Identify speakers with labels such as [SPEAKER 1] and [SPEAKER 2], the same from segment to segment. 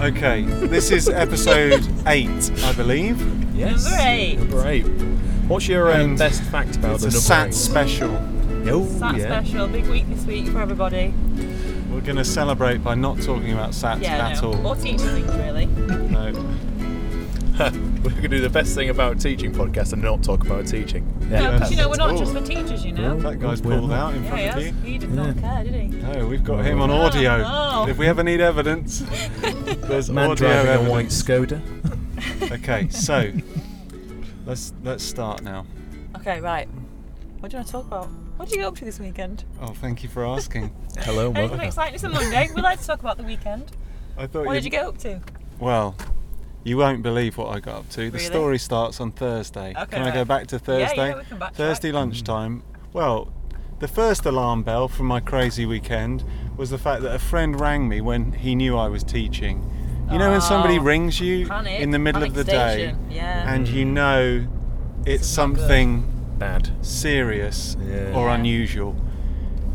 [SPEAKER 1] Okay, this is episode eight, I believe.
[SPEAKER 2] Yes.
[SPEAKER 3] Number eight.
[SPEAKER 2] Number eight. What's your um,
[SPEAKER 1] And
[SPEAKER 2] best fact
[SPEAKER 1] It's
[SPEAKER 2] about the
[SPEAKER 1] a
[SPEAKER 2] number
[SPEAKER 1] SAT
[SPEAKER 2] eight?
[SPEAKER 1] special.
[SPEAKER 2] Oh,
[SPEAKER 3] Sat
[SPEAKER 2] yeah.
[SPEAKER 3] special, big week this week for everybody.
[SPEAKER 1] We're going to celebrate by not talking about SAT
[SPEAKER 3] yeah,
[SPEAKER 1] at
[SPEAKER 3] no.
[SPEAKER 1] all.
[SPEAKER 3] Or teacher week really.
[SPEAKER 1] No.
[SPEAKER 2] We're going to do the best thing about teaching podcast and not talk about teaching.
[SPEAKER 3] No,
[SPEAKER 1] Yeah.
[SPEAKER 3] because you know we're not
[SPEAKER 1] Ooh.
[SPEAKER 3] just for teachers, you know.
[SPEAKER 1] That guy's
[SPEAKER 2] Oh, we're
[SPEAKER 1] pulled
[SPEAKER 2] not.
[SPEAKER 1] out in
[SPEAKER 3] Yeah,
[SPEAKER 1] front
[SPEAKER 3] yeah.
[SPEAKER 1] of you.
[SPEAKER 3] He did not care, did he?
[SPEAKER 1] No, we've got him on audio.
[SPEAKER 3] Oh, oh.
[SPEAKER 1] If we ever need evidence, there's
[SPEAKER 2] Man
[SPEAKER 1] audio
[SPEAKER 2] driving a
[SPEAKER 1] evidence.
[SPEAKER 2] white Skoda.
[SPEAKER 1] Okay, so let's let's start now.
[SPEAKER 3] Okay, right. What do you want to talk about? What did you get up to this weekend?
[SPEAKER 1] Oh, thank you for asking.
[SPEAKER 2] Hello,
[SPEAKER 3] Anything
[SPEAKER 2] welcome.
[SPEAKER 3] exciting? It's a Monday. We like to talk about the weekend.
[SPEAKER 1] I thought.
[SPEAKER 3] What
[SPEAKER 1] you'd-
[SPEAKER 3] did you get up to?
[SPEAKER 1] Well, you won't believe what I got up to. The
[SPEAKER 3] Really?
[SPEAKER 1] story starts on Thursday.
[SPEAKER 3] Okay,
[SPEAKER 1] Can I
[SPEAKER 3] right.
[SPEAKER 1] go back to
[SPEAKER 3] Yeah, yeah,
[SPEAKER 1] Thursday?
[SPEAKER 3] we can backtrack.
[SPEAKER 1] Thursday lunchtime. Well, the first alarm bell from my crazy weekend was the fact that a friend rang me when he knew I was teaching. You know when somebody
[SPEAKER 3] Oh,
[SPEAKER 1] rings you
[SPEAKER 3] Panic.
[SPEAKER 1] in the middle
[SPEAKER 3] Panic
[SPEAKER 1] of the
[SPEAKER 3] station.
[SPEAKER 1] day
[SPEAKER 3] Yeah. Mm.
[SPEAKER 1] and you know it's
[SPEAKER 3] is not good.
[SPEAKER 1] something
[SPEAKER 2] Bad.
[SPEAKER 1] serious
[SPEAKER 2] Yeah.
[SPEAKER 1] or
[SPEAKER 3] Yeah.
[SPEAKER 1] unusual.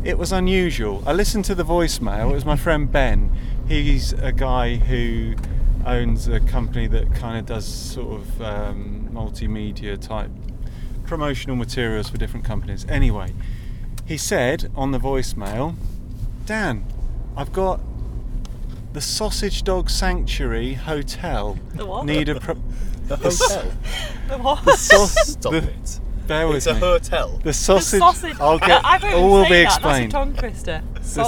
[SPEAKER 1] It was unusual. I listened to the voicemail. It was my friend Ben. He's a guy who owns a company that kind of does sort of um, multimedia type promotional materials for different companies. Anyway, he said on the voicemail, Dan, I've got the Sausage Dog Sanctuary Hotel.
[SPEAKER 3] The what?
[SPEAKER 1] Need a pro-
[SPEAKER 2] The hotel.
[SPEAKER 3] The what?
[SPEAKER 2] Stop
[SPEAKER 1] the-
[SPEAKER 2] it.
[SPEAKER 1] Bear with
[SPEAKER 2] It's a
[SPEAKER 1] me.
[SPEAKER 2] hotel.
[SPEAKER 1] The
[SPEAKER 3] The
[SPEAKER 1] sausage.
[SPEAKER 3] sausage.
[SPEAKER 1] I'll get.
[SPEAKER 3] I've heard
[SPEAKER 1] all
[SPEAKER 3] him
[SPEAKER 1] will
[SPEAKER 3] say
[SPEAKER 1] be
[SPEAKER 3] that.
[SPEAKER 1] explained.
[SPEAKER 3] That's a tongue twister.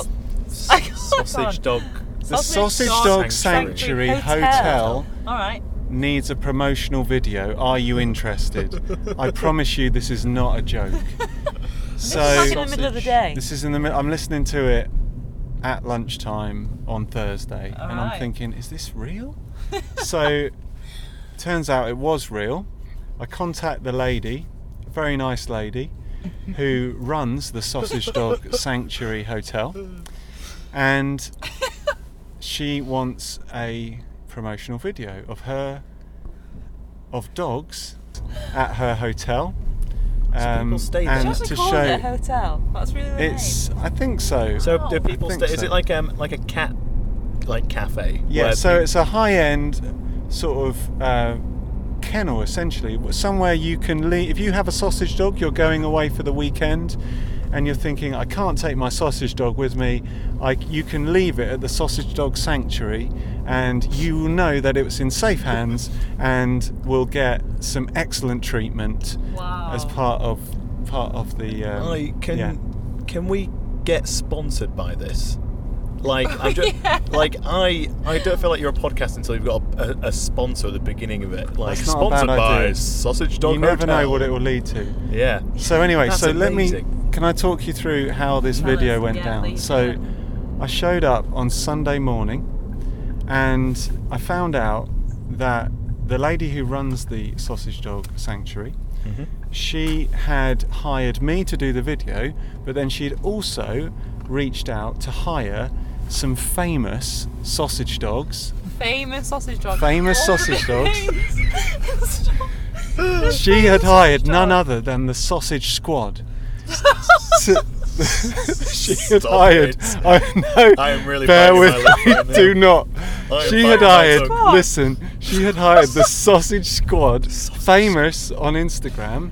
[SPEAKER 1] This-
[SPEAKER 3] I can't-
[SPEAKER 2] Sausage dog.
[SPEAKER 1] The Sausage Dog Sanctuary Hotel
[SPEAKER 3] All right.
[SPEAKER 1] needs a promotional video. Are you interested? I promise you, this is not a joke.
[SPEAKER 3] Back in
[SPEAKER 1] So
[SPEAKER 3] the middle of the
[SPEAKER 2] sausage.
[SPEAKER 3] day.
[SPEAKER 1] this is in the. mi- I'm listening to it at lunchtime on Thursday, and I'm
[SPEAKER 3] Alright.
[SPEAKER 1] thinking, is this real? so, turns out it was real. I contact the lady, a very nice lady, who runs the Sausage Dog Sanctuary Hotel, and she wants a promotional video of her of dogs at her hotel. um,
[SPEAKER 2] people stay there.
[SPEAKER 1] and
[SPEAKER 3] Just
[SPEAKER 1] to
[SPEAKER 3] called it a
[SPEAKER 1] show
[SPEAKER 3] hotel. That's really the
[SPEAKER 1] it's, I think so.
[SPEAKER 2] So
[SPEAKER 3] Oh.
[SPEAKER 2] do people
[SPEAKER 1] I think
[SPEAKER 2] stay? Is
[SPEAKER 1] so.
[SPEAKER 2] it like um like a cat, like cafe?
[SPEAKER 1] yeah,
[SPEAKER 2] where
[SPEAKER 1] so
[SPEAKER 2] peop-
[SPEAKER 1] it's a high-end sort of uh, kennel, essentially, somewhere you can leave. If you have a sausage dog, you're going away for the weekend, and you're thinking, I can't take my sausage dog with me. I, you can leave it at the sausage dog sanctuary, and you will know that it was in safe hands, and will get some excellent treatname
[SPEAKER 3] name. Wow.
[SPEAKER 1] as part of part of the. Um,
[SPEAKER 2] I can
[SPEAKER 1] yeah.
[SPEAKER 2] can we get sponsored by this? Like I'm just,
[SPEAKER 3] Yeah.
[SPEAKER 2] like I I don't feel like you're a podcast until you've got a, a, a sponsor at the beginning of it. Like
[SPEAKER 1] That's not a
[SPEAKER 2] sponsored
[SPEAKER 1] bad
[SPEAKER 2] by
[SPEAKER 1] idea.
[SPEAKER 2] Sausage Dog.
[SPEAKER 1] You never know
[SPEAKER 2] Hotel.
[SPEAKER 1] what it will lead to.
[SPEAKER 2] Yeah.
[SPEAKER 1] So anyway,
[SPEAKER 2] That's
[SPEAKER 1] so let me.
[SPEAKER 2] amazing.
[SPEAKER 1] Can I talk you through how this
[SPEAKER 3] Tell
[SPEAKER 1] video
[SPEAKER 3] us,
[SPEAKER 1] went
[SPEAKER 3] yeah,
[SPEAKER 1] down?
[SPEAKER 3] please,
[SPEAKER 1] So,
[SPEAKER 3] yeah.
[SPEAKER 1] I showed up on Sunday morning, and I found out that the lady who runs the Sausage Dog Sanctuary,
[SPEAKER 2] Mhm.
[SPEAKER 1] she had hired me to do the video, but then she'd also reached out to hire some famous sausage dogs.
[SPEAKER 3] famous sausage dog.
[SPEAKER 1] Famous
[SPEAKER 3] All the
[SPEAKER 1] sausage dogs.
[SPEAKER 3] names. The
[SPEAKER 1] She had
[SPEAKER 3] famous
[SPEAKER 1] hired
[SPEAKER 3] sausage
[SPEAKER 1] none
[SPEAKER 3] dog.
[SPEAKER 1] other than the Sausage Squad. she had
[SPEAKER 2] Stop
[SPEAKER 1] hired.
[SPEAKER 2] it.
[SPEAKER 1] I know.
[SPEAKER 2] I am really
[SPEAKER 1] bear
[SPEAKER 2] biting
[SPEAKER 1] with
[SPEAKER 2] my lip
[SPEAKER 1] me.
[SPEAKER 2] right now.
[SPEAKER 1] Do not.
[SPEAKER 2] I
[SPEAKER 1] She
[SPEAKER 2] am biting
[SPEAKER 1] had
[SPEAKER 2] my
[SPEAKER 1] hired.
[SPEAKER 3] tongue.
[SPEAKER 1] Listen, she had hired the Sausage Squad, famous on Instagram.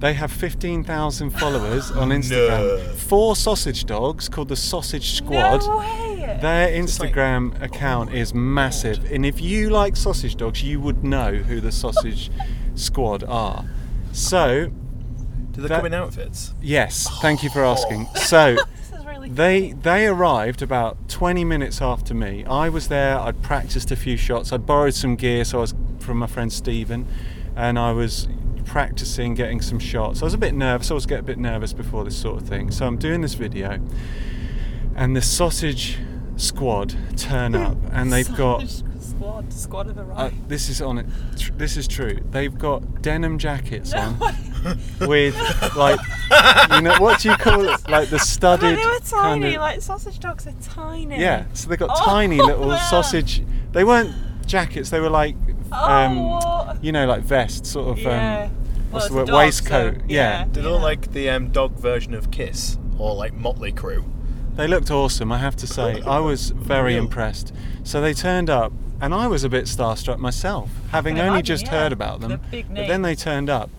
[SPEAKER 1] They have 15,000 followers on Instagram.
[SPEAKER 2] No.
[SPEAKER 1] Four sausage dogs called the Sausage Squad.
[SPEAKER 3] No way.
[SPEAKER 1] Their
[SPEAKER 2] It's like- Oh
[SPEAKER 1] Instagram account is massive, and if you like sausage dogs, you would know who the Sausage Squad are. So,
[SPEAKER 2] Do they
[SPEAKER 1] That-
[SPEAKER 2] come in outfits?
[SPEAKER 1] yes, thank you for asking. So,
[SPEAKER 3] this is really.
[SPEAKER 1] they they arrived about 20 minutes after me. I was there. I'd practiced a few shots. I'd borrowed some gear, so I was from my friend Stephen, and I was practicing getting some shots. I was a bit nervous. I always get a bit nervous before this sort of thing. So I'm doing this video, and the sausage squad turn up, and they've got
[SPEAKER 3] Sausage squad. Squad of the
[SPEAKER 1] uh,
[SPEAKER 3] right.
[SPEAKER 1] this is on it. tr- This is true. They've got denim jackets
[SPEAKER 3] No
[SPEAKER 1] on
[SPEAKER 3] way.
[SPEAKER 1] with like you know what do you call it like the
[SPEAKER 3] But
[SPEAKER 1] studded
[SPEAKER 3] they were
[SPEAKER 1] kind
[SPEAKER 3] tiny.
[SPEAKER 1] of-
[SPEAKER 3] Like sausage dogs are tiny.
[SPEAKER 1] yeah so they got
[SPEAKER 3] Oh,
[SPEAKER 1] tiny little
[SPEAKER 3] wow.
[SPEAKER 1] sausage they weren't jackets they were like um,
[SPEAKER 3] Oh, what?
[SPEAKER 1] you know like vests sort of
[SPEAKER 3] Yeah.
[SPEAKER 1] um,
[SPEAKER 3] Well,
[SPEAKER 1] what's
[SPEAKER 3] it's
[SPEAKER 1] the
[SPEAKER 3] a
[SPEAKER 1] word
[SPEAKER 3] dog, so,
[SPEAKER 1] waistcoat yeah.
[SPEAKER 3] yeah.
[SPEAKER 2] Did it look like the um, dog version of Kiss or like Motley Crue?
[SPEAKER 1] They looked awesome, I have to say. I was very
[SPEAKER 2] Really?
[SPEAKER 1] impressed. So they turned up, and I was a bit starstruck myself, having
[SPEAKER 3] can
[SPEAKER 1] only
[SPEAKER 3] imagine,
[SPEAKER 1] just
[SPEAKER 3] yeah.
[SPEAKER 1] heard about them.
[SPEAKER 3] They're big
[SPEAKER 1] But then they
[SPEAKER 3] names.
[SPEAKER 1] turned up,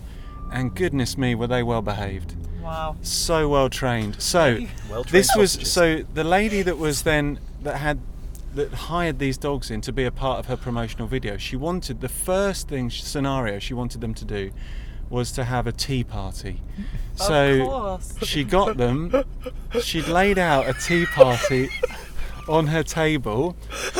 [SPEAKER 1] and goodness me, were they well behaved.
[SPEAKER 3] Wow.
[SPEAKER 1] So well trained. So
[SPEAKER 2] Well-trained
[SPEAKER 1] this was
[SPEAKER 2] sausages.
[SPEAKER 1] so the lady that was then that had that hired these dogs in to be a part of her promotional video. She wanted the first thing scenario she wanted them to do was to have a tea party.
[SPEAKER 3] Of
[SPEAKER 1] So
[SPEAKER 3] course.
[SPEAKER 1] she got them. She'd laid out a tea party on her table,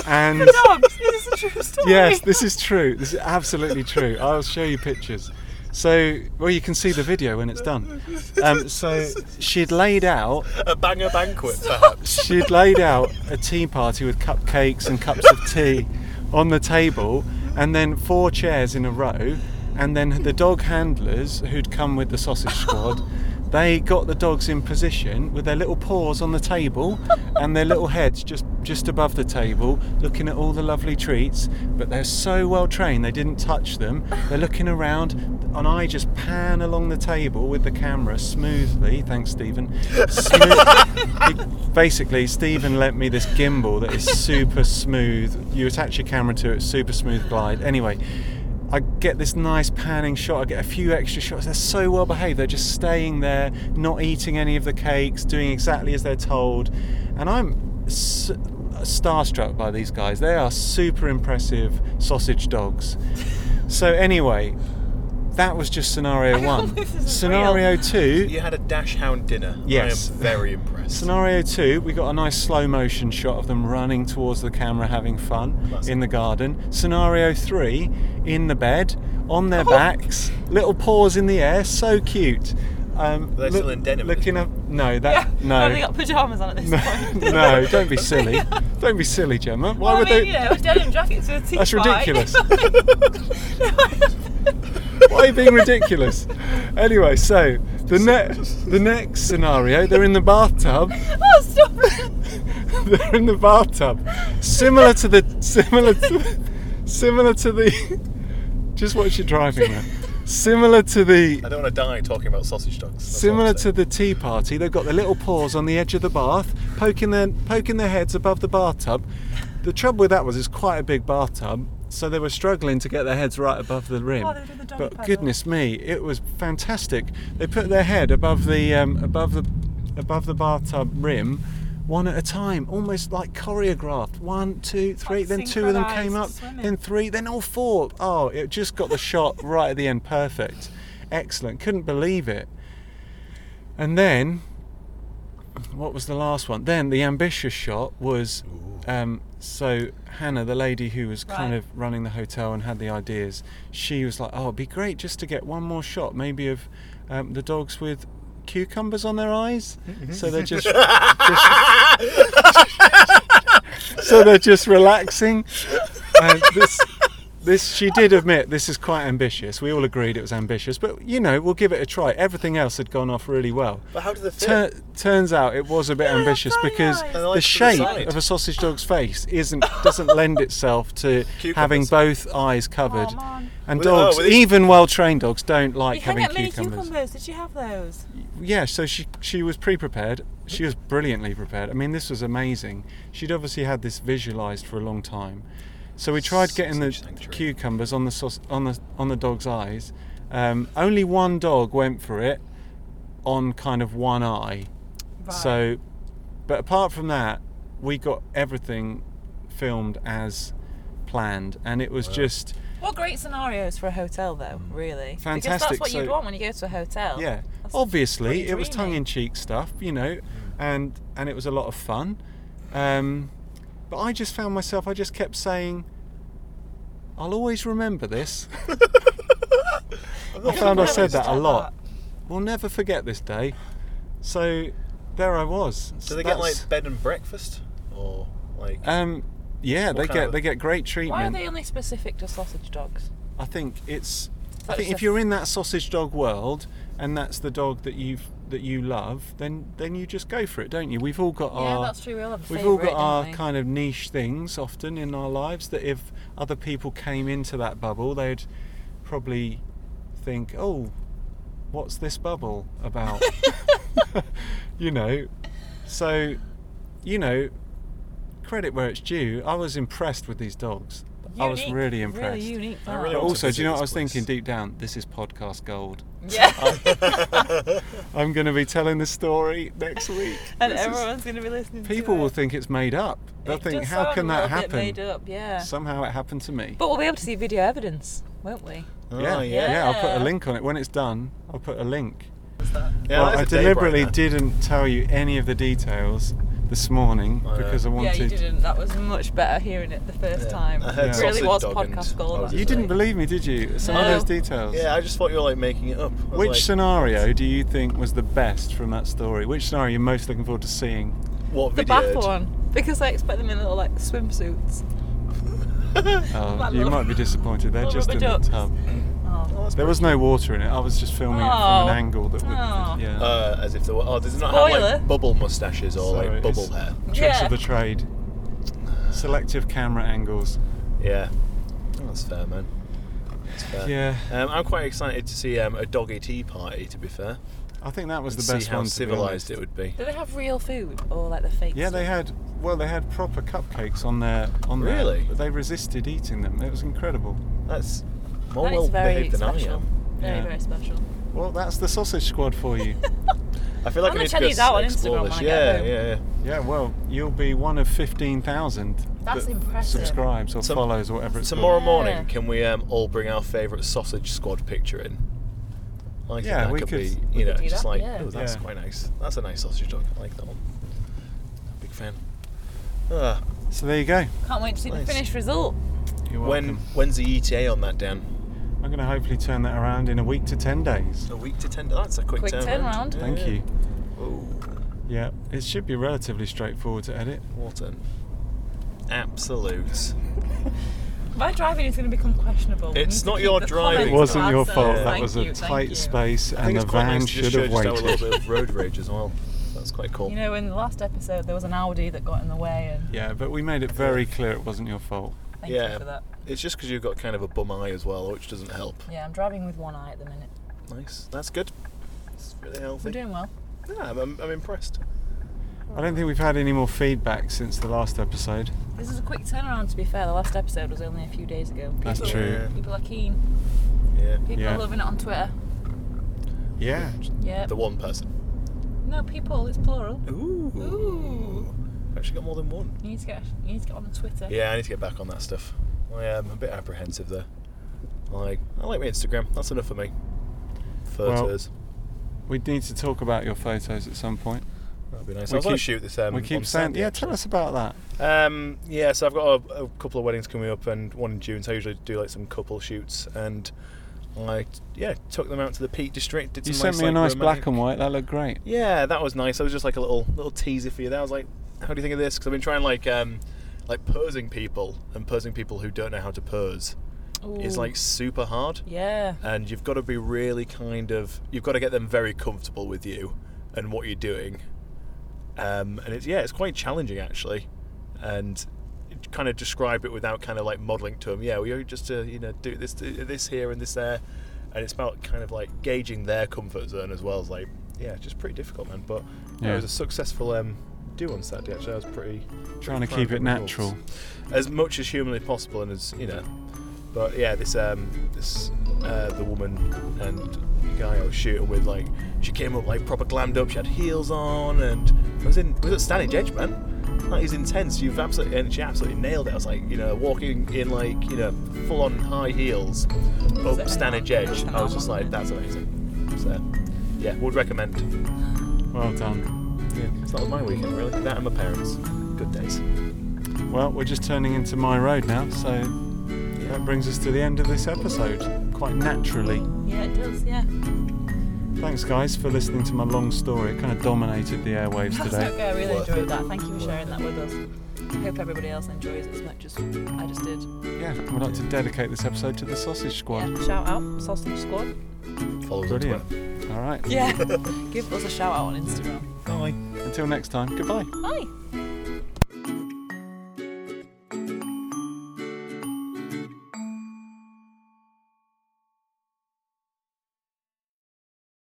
[SPEAKER 1] and
[SPEAKER 3] Dogs. This is a true story.
[SPEAKER 1] yes, this is true. This is absolutely true. I'll show you pictures. So, well, you can see the video when it's done. Um, so she'd laid out
[SPEAKER 2] A banger banquet, perhaps.
[SPEAKER 1] she'd laid out a tea party with cupcakes and cups of tea on the table, and then four chairs in a row, and then the dog handlers who'd come with the sausage squad. They got the dogs in position with their little paws on the table and their little heads just, just above the table, looking at all the lovely treats. But they're so well trained, they didn't touch them. They're looking around, and I just pan along the table with the camera smoothly. Thanks, Stephen. Smooth, basically, Stephen lent me this gimbal that is super smooth. You attach your camera to it, super smooth glide. Anyway, I get this nice panning shot. I get a few extra shots. They're so well behaved. They're just staying there, not eating any of the cakes, doing exactly as they're told. And I'm s- starstruck by these guys. They are super impressive sausage dogs. So anyway, that was just scenario
[SPEAKER 3] I
[SPEAKER 1] one.
[SPEAKER 3] hope this isn't
[SPEAKER 1] scenario
[SPEAKER 3] real.
[SPEAKER 1] two.
[SPEAKER 2] You had a dash hound dinner.
[SPEAKER 1] Yes.
[SPEAKER 2] I am very impressed.
[SPEAKER 1] Scenario two, we got a nice slow motion shot of them running towards the camera having fun
[SPEAKER 2] Classic.
[SPEAKER 1] in the garden. Scenario three, in the bed, on
[SPEAKER 2] Oh.
[SPEAKER 1] their backs, little paws in the air, so cute. Um,
[SPEAKER 2] They're still in denim at this
[SPEAKER 1] Looking up, no, that
[SPEAKER 3] Yeah.
[SPEAKER 1] no.
[SPEAKER 3] Have they got pajamas on at this point?
[SPEAKER 1] no, no, don't be silly. Don't be silly, Gemma. Why
[SPEAKER 3] Well,
[SPEAKER 1] would
[SPEAKER 3] I mean,
[SPEAKER 1] they?
[SPEAKER 3] you know, denim jackets with a tea
[SPEAKER 1] That's
[SPEAKER 3] fight.
[SPEAKER 1] ridiculous. Why are you being ridiculous? Anyway, so the next the next scenario, they're in the bathtub.
[SPEAKER 3] oh, stop it.
[SPEAKER 1] they're in the bathtub, similar to the similar to, similar to the. Just what you're driving at. Similar to the
[SPEAKER 2] I don't want to die talking about sausage dogs. That's all
[SPEAKER 1] similar
[SPEAKER 2] I'm
[SPEAKER 1] to
[SPEAKER 2] saying.
[SPEAKER 1] the tea party, they've got their little paws on the edge of the bath, poking their poking their heads above the bathtub. The trouble with that was it's quite a big bathtub, so they were struggling to get their heads right above the rim.
[SPEAKER 3] Oh, they did the doggy
[SPEAKER 1] but
[SPEAKER 3] paddle.
[SPEAKER 1] goodness me, it was fantastic. They put their head above the um, above the above the bathtub rim. One at a time, almost like choreographed. One, two, three.
[SPEAKER 3] Like
[SPEAKER 1] then two of them came
[SPEAKER 3] synchronised
[SPEAKER 1] up.
[SPEAKER 3] swimming.
[SPEAKER 1] Then three, then all four. Oh, it just got the shot right at the end. Perfect. Excellent. Couldn't believe it. And then, what was the last one? Then the ambitious shot was um, so Hannah, the lady who was kind
[SPEAKER 3] Right.
[SPEAKER 1] of running the hotel and had the ideas, she was like, "Oh, it'd be great just to get one more shot, maybe of um, the dogs with." Cucumbers on their eyes, so they're just, just- so they're just relaxing. And this, this she did admit this is quite ambitious. We all agreed it was ambitious, but you know we'll give it a try. Everything else had gone off really well.
[SPEAKER 2] But how do they fit?
[SPEAKER 1] Tur- turns out it was a bit
[SPEAKER 3] Yeah,
[SPEAKER 1] ambitious
[SPEAKER 3] very
[SPEAKER 1] because
[SPEAKER 3] nice.
[SPEAKER 2] And I
[SPEAKER 1] the
[SPEAKER 2] like to the
[SPEAKER 1] shape
[SPEAKER 2] side.
[SPEAKER 1] of a sausage dog's face isn't doesn't lend itself to
[SPEAKER 2] Cucumbers.
[SPEAKER 1] having both eyes covered.
[SPEAKER 3] Oh, man.
[SPEAKER 1] and
[SPEAKER 2] With- oh,
[SPEAKER 1] dogs,
[SPEAKER 2] with these-
[SPEAKER 1] even well-trained dogs, don't like
[SPEAKER 3] You hang
[SPEAKER 1] having
[SPEAKER 3] out mini
[SPEAKER 1] cucumbers.
[SPEAKER 3] cucumbers. Did you have those?
[SPEAKER 1] Yeah, so she she was pre-prepared. She was brilliantly prepared. I mean, this was amazing. She'd obviously had this visualized for a long time. So we tried getting the
[SPEAKER 2] Sausage sanctuary.
[SPEAKER 1] cucumbers on the sauce, on the on the dog's eyes. Um, only one dog went for it on kind of one eye.
[SPEAKER 3] Right.
[SPEAKER 1] So, but apart from that, we got everything filmed as planned, and it was just
[SPEAKER 3] What great scenarios for a hotel, though, really. Because
[SPEAKER 1] Fantastic,
[SPEAKER 3] that's what you'd
[SPEAKER 1] so-
[SPEAKER 3] want when you go to a hotel.
[SPEAKER 1] yeah.
[SPEAKER 3] That's
[SPEAKER 1] Obviously,
[SPEAKER 3] pretty
[SPEAKER 1] it was
[SPEAKER 3] dreamy.
[SPEAKER 1] tongue in cheek stuff, you know, and and it was a lot of fun. Um, but I just found myself, I just kept saying, "I'll always remember this." I found I said that a lot. We'll never forget this day. So there I was.
[SPEAKER 2] Do they get
[SPEAKER 1] That's-
[SPEAKER 2] like bed and breakfast or like?
[SPEAKER 1] Um, yeah, they
[SPEAKER 2] kind
[SPEAKER 1] get
[SPEAKER 2] of-
[SPEAKER 1] they get great treatment.
[SPEAKER 3] Why are they only specific to sausage dogs?
[SPEAKER 1] I think it's. I
[SPEAKER 3] That's
[SPEAKER 1] think if
[SPEAKER 3] just-
[SPEAKER 1] you're in that sausage dog world and that's the dog that you have that you love, then then you just go for it, don't you? We've all got our
[SPEAKER 3] yeah, that's true. We all have a
[SPEAKER 1] we've all
[SPEAKER 3] favourite,
[SPEAKER 1] got our
[SPEAKER 3] don't we?
[SPEAKER 1] kind of niche things often in our lives that if other people came into that bubble, they'd probably think, "Oh, what's this bubble about?" you know. So you know, credit where it's due. I was impressed with these dogs. I was
[SPEAKER 3] Unique,
[SPEAKER 1] really impressed.
[SPEAKER 3] Really unique.
[SPEAKER 2] I really
[SPEAKER 1] But
[SPEAKER 2] want to
[SPEAKER 1] also, do you know
[SPEAKER 2] visit
[SPEAKER 1] what I was
[SPEAKER 2] this place.
[SPEAKER 1] thinking deep down? This is podcast gold.
[SPEAKER 3] Yeah.
[SPEAKER 1] I'm going to be telling this story next week.
[SPEAKER 3] and
[SPEAKER 1] This is-
[SPEAKER 3] everyone's going to be listening.
[SPEAKER 1] people
[SPEAKER 3] to
[SPEAKER 1] will
[SPEAKER 3] it.
[SPEAKER 1] think it's made up. They'll
[SPEAKER 3] It
[SPEAKER 1] think,
[SPEAKER 3] does
[SPEAKER 1] how
[SPEAKER 3] sound
[SPEAKER 1] can
[SPEAKER 3] a
[SPEAKER 1] that
[SPEAKER 3] little bit
[SPEAKER 1] happen?
[SPEAKER 3] Made up, yeah.
[SPEAKER 1] Somehow it happened to me. Oh,
[SPEAKER 3] but we'll be able to see video evidence, won't we?
[SPEAKER 1] yeah.
[SPEAKER 2] Oh,
[SPEAKER 1] yeah,
[SPEAKER 2] yeah.
[SPEAKER 1] I'll put
[SPEAKER 3] Yeah.
[SPEAKER 1] a link on it when it's done. I'll put a link.
[SPEAKER 2] Yeah,
[SPEAKER 1] well,
[SPEAKER 2] that
[SPEAKER 1] I
[SPEAKER 2] is a day
[SPEAKER 1] deliberately
[SPEAKER 2] brightener.
[SPEAKER 1] didn't tell you any of the details this morning
[SPEAKER 2] Oh, yeah.
[SPEAKER 1] because I
[SPEAKER 3] Yeah,
[SPEAKER 1] wanted.
[SPEAKER 3] you didn't. That was much better hearing it the first
[SPEAKER 2] Yeah.
[SPEAKER 3] time.
[SPEAKER 2] I
[SPEAKER 1] heard
[SPEAKER 3] It really
[SPEAKER 2] sausage
[SPEAKER 3] was
[SPEAKER 2] dog and
[SPEAKER 3] podcast gold.
[SPEAKER 2] I was
[SPEAKER 1] You
[SPEAKER 2] Didn't
[SPEAKER 1] didn't
[SPEAKER 2] they?
[SPEAKER 1] believe me, did you? Some of
[SPEAKER 3] No.
[SPEAKER 1] those details.
[SPEAKER 2] Yeah, I just thought you were like making it up. I was
[SPEAKER 1] Which
[SPEAKER 2] like,
[SPEAKER 1] scenario do you think was the best from that story? Which scenario are you most looking forward to seeing?
[SPEAKER 2] what
[SPEAKER 3] The
[SPEAKER 2] video?
[SPEAKER 3] bath one. Because I expect them in little like swimsuits.
[SPEAKER 1] Oh,
[SPEAKER 3] Like
[SPEAKER 1] you
[SPEAKER 3] little-
[SPEAKER 1] might be disappointed. They're
[SPEAKER 3] little
[SPEAKER 1] just in the
[SPEAKER 3] rubber ducks.
[SPEAKER 1] tub.
[SPEAKER 3] Oh.
[SPEAKER 1] There was no water in it. I was just filming it from
[SPEAKER 3] Oh.
[SPEAKER 1] an angle that would.
[SPEAKER 3] Oh.
[SPEAKER 1] Yeah.
[SPEAKER 2] Uh, as if there were. Oh, does it not have
[SPEAKER 3] Spoiler.
[SPEAKER 2] like bubble mustaches or
[SPEAKER 1] So
[SPEAKER 2] like
[SPEAKER 1] it's
[SPEAKER 2] bubble hair?
[SPEAKER 1] Tricks
[SPEAKER 3] Yeah.
[SPEAKER 1] of the trade. Selective camera angles.
[SPEAKER 2] Yeah, Oh, that's fair, man. That's fair.
[SPEAKER 1] Yeah.
[SPEAKER 2] Um, I'm quite excited to see um, a doggy tea party. To be fair,
[SPEAKER 1] I think that was
[SPEAKER 2] and
[SPEAKER 1] the best
[SPEAKER 2] see how
[SPEAKER 1] one. to be
[SPEAKER 2] civilized
[SPEAKER 1] honest.
[SPEAKER 2] it would be.
[SPEAKER 3] Do they have real food or like the fake?
[SPEAKER 1] Yeah, they
[SPEAKER 3] stuff?
[SPEAKER 1] had. Well, they had proper cupcakes on their on there.
[SPEAKER 2] Really?
[SPEAKER 1] But they resisted eating them. It was incredible.
[SPEAKER 2] That's more
[SPEAKER 3] That
[SPEAKER 2] well
[SPEAKER 3] is very
[SPEAKER 2] behaved than I
[SPEAKER 3] special.
[SPEAKER 2] am.
[SPEAKER 3] Very
[SPEAKER 1] Yeah.
[SPEAKER 3] very special.
[SPEAKER 1] Well, that's the sausage squad for you.
[SPEAKER 2] I feel like
[SPEAKER 3] I'm
[SPEAKER 2] I
[SPEAKER 3] gonna
[SPEAKER 2] need
[SPEAKER 3] check
[SPEAKER 2] to go
[SPEAKER 3] these out on
[SPEAKER 2] explore
[SPEAKER 3] Instagram
[SPEAKER 2] this.
[SPEAKER 3] when I
[SPEAKER 2] yeah,
[SPEAKER 3] get home.
[SPEAKER 2] yeah,
[SPEAKER 1] yeah.
[SPEAKER 2] yeah.
[SPEAKER 1] Well, you'll be one of fifteen thousand.
[SPEAKER 3] That's impressive.
[SPEAKER 1] Subscribes or
[SPEAKER 2] Tom-
[SPEAKER 1] follows or whatever it's
[SPEAKER 2] Tomorrow
[SPEAKER 1] called.
[SPEAKER 2] morning,
[SPEAKER 3] Yeah.
[SPEAKER 2] can we um, all bring our favourite sausage squad picture in? I think
[SPEAKER 1] Yeah,
[SPEAKER 2] that
[SPEAKER 1] we
[SPEAKER 2] could,
[SPEAKER 1] could-
[SPEAKER 2] be,
[SPEAKER 3] we
[SPEAKER 2] you know,
[SPEAKER 3] could do
[SPEAKER 2] just
[SPEAKER 3] that,
[SPEAKER 2] like,
[SPEAKER 3] yeah.
[SPEAKER 2] oh, that's
[SPEAKER 1] Yeah.
[SPEAKER 2] quite nice. That's a nice sausage dog. I like that one. Big fan. Ah,
[SPEAKER 1] So there you go.
[SPEAKER 3] Can't wait to see
[SPEAKER 2] Nice.
[SPEAKER 3] the finished result.
[SPEAKER 1] You're
[SPEAKER 2] when
[SPEAKER 1] welcome.
[SPEAKER 2] when's the ETA on that, Dan?
[SPEAKER 1] I'm going to hopefully turn that around in a week to ten days.
[SPEAKER 2] A week to ten. That's a quick,
[SPEAKER 3] Quick turnaround.
[SPEAKER 2] Yeah.
[SPEAKER 1] Thank you.
[SPEAKER 2] Oh,
[SPEAKER 1] Yeah, it should be relatively straightforward to edit.
[SPEAKER 2] what an absolute.
[SPEAKER 3] My driving is going to become questionable. We
[SPEAKER 2] It's
[SPEAKER 3] need to
[SPEAKER 2] not
[SPEAKER 3] keep
[SPEAKER 2] your
[SPEAKER 3] the
[SPEAKER 2] driving.
[SPEAKER 1] It
[SPEAKER 2] Thanks
[SPEAKER 3] comments
[SPEAKER 1] wasn't
[SPEAKER 3] to
[SPEAKER 1] your fault.
[SPEAKER 3] ourselves.
[SPEAKER 1] That
[SPEAKER 3] Thank
[SPEAKER 1] was a
[SPEAKER 3] you, thank
[SPEAKER 1] tight
[SPEAKER 3] you.
[SPEAKER 1] space,
[SPEAKER 2] I think
[SPEAKER 1] and the
[SPEAKER 2] it's quite
[SPEAKER 1] van
[SPEAKER 2] nice to
[SPEAKER 1] should
[SPEAKER 2] just show
[SPEAKER 1] have
[SPEAKER 2] just how a
[SPEAKER 1] waited.
[SPEAKER 2] little bit of road rage as well. That's quite cool.
[SPEAKER 3] You know, in the last episode, there was an Audi that got in the way, and
[SPEAKER 1] Yeah, but we made it very clear it wasn't your fault.
[SPEAKER 3] thank
[SPEAKER 2] Yeah.
[SPEAKER 3] you for that.
[SPEAKER 2] It's just because you've got kind of a bum eye as well, which doesn't help.
[SPEAKER 3] Yeah, I'm driving with one eye at the minute.
[SPEAKER 2] Nice. That's good. It's really
[SPEAKER 3] We're
[SPEAKER 2] healthy.
[SPEAKER 3] doing well.
[SPEAKER 2] Yeah, I'm, I'm, I'm impressed.
[SPEAKER 1] I don't think we've had any more feedback since the last episode.
[SPEAKER 3] This is a quick turnaround, to be fair. The last episode was only a few days ago.
[SPEAKER 1] That's
[SPEAKER 3] People-
[SPEAKER 1] true.
[SPEAKER 3] People are keen.
[SPEAKER 2] Yeah.
[SPEAKER 3] People
[SPEAKER 1] Yeah.
[SPEAKER 3] are loving it on Twitter.
[SPEAKER 1] Yeah.
[SPEAKER 3] Yeah.
[SPEAKER 2] The one person.
[SPEAKER 3] No, people. It's plural.
[SPEAKER 2] Ooh.
[SPEAKER 3] Ooh.
[SPEAKER 2] I've actually got more than one.
[SPEAKER 3] You need to get. You need to get on Twitter.
[SPEAKER 2] Yeah, I need to get back on that stuff. I am a bit apprehensive there. I I like my Instagram. That's enough for me. Photos.
[SPEAKER 1] We need to talk about your photos at some point.
[SPEAKER 2] That'd be nice.
[SPEAKER 1] we
[SPEAKER 2] I was going
[SPEAKER 1] keep-
[SPEAKER 2] to shoot this. Um,
[SPEAKER 1] we
[SPEAKER 2] on
[SPEAKER 1] keep saying,
[SPEAKER 2] Saturday,
[SPEAKER 1] yeah, tell
[SPEAKER 2] actually.
[SPEAKER 1] us about that.
[SPEAKER 2] Um, yeah, so I've got a, a couple of weddings coming up, and one in June. So I usually do like some couple shoots, and I yeah took them out to the Peak District. Did
[SPEAKER 1] You
[SPEAKER 2] some
[SPEAKER 1] sent me a nice
[SPEAKER 2] like,
[SPEAKER 1] black
[SPEAKER 2] romantic-
[SPEAKER 1] and white. That looked great.
[SPEAKER 2] Yeah, that was nice. That was just like a little little teaser for you. There, I was like, how do you think of this? Because I've been trying like um, like posing people and posing people who don't know how to pose is
[SPEAKER 3] Ooh.
[SPEAKER 2] like super hard,
[SPEAKER 3] Yeah.
[SPEAKER 1] Uh,
[SPEAKER 2] and you've got to be really kind of you've got to get them very comfortable with you and what you're doing. Um, and it's yeah, it's quite challenging actually, and it kind of describe it without kind of like modelling to them. Yeah, we are just to you know do this do this here and this there, and it's about kind of like gauging their comfort zone as well as like yeah, it's just pretty difficult man. But yeah.
[SPEAKER 1] Yeah.
[SPEAKER 2] it was a successful um, do on Saturday actually. I was pretty
[SPEAKER 1] Trying to
[SPEAKER 2] proud
[SPEAKER 1] keep
[SPEAKER 2] of
[SPEAKER 1] it
[SPEAKER 2] the results.
[SPEAKER 1] natural.
[SPEAKER 2] as much as humanly possible and as you know. But yeah, this um this uh, the woman and the guy I was shooting with like she came up like proper glammed up. She had heels on and I was in was at Stanage Edge man. That is intense. You've absolutely and she absolutely nailed it. I was like you know walking in like you know full on high heels up
[SPEAKER 3] that
[SPEAKER 2] Stanage
[SPEAKER 3] her mum?
[SPEAKER 2] Edge.
[SPEAKER 3] Her
[SPEAKER 2] I was
[SPEAKER 3] mum,
[SPEAKER 2] just like
[SPEAKER 3] wasn't it?
[SPEAKER 2] that's amazing. So yeah, would recommend.
[SPEAKER 1] Well done.
[SPEAKER 2] Yeah, so that was my weekend really. That and my parents. Good days.
[SPEAKER 1] Well, we're just turning into my road now, so that brings us to the end of this episode quite naturally.
[SPEAKER 3] Yeah, it does. Yeah.
[SPEAKER 1] Thanks, guys, for listening to my long story. It kind of dominated the airwaves
[SPEAKER 3] That's
[SPEAKER 1] today.
[SPEAKER 3] okay. I really
[SPEAKER 2] Worth
[SPEAKER 3] enjoyed
[SPEAKER 2] it.
[SPEAKER 3] that. Thank you for
[SPEAKER 2] Worth
[SPEAKER 3] sharing that with us. Hope everybody else enjoys it as much as I just did.
[SPEAKER 1] Yeah, we'd like to dedicate this episode to the Sausage Squad.
[SPEAKER 3] Yeah, shout out, Sausage Squad.
[SPEAKER 2] Follow us on Twitter.
[SPEAKER 1] Brilliant. All right.
[SPEAKER 3] Yeah. Give us a shout out on Instagram.
[SPEAKER 1] Bye. Until next time, goodbye.
[SPEAKER 3] Bye.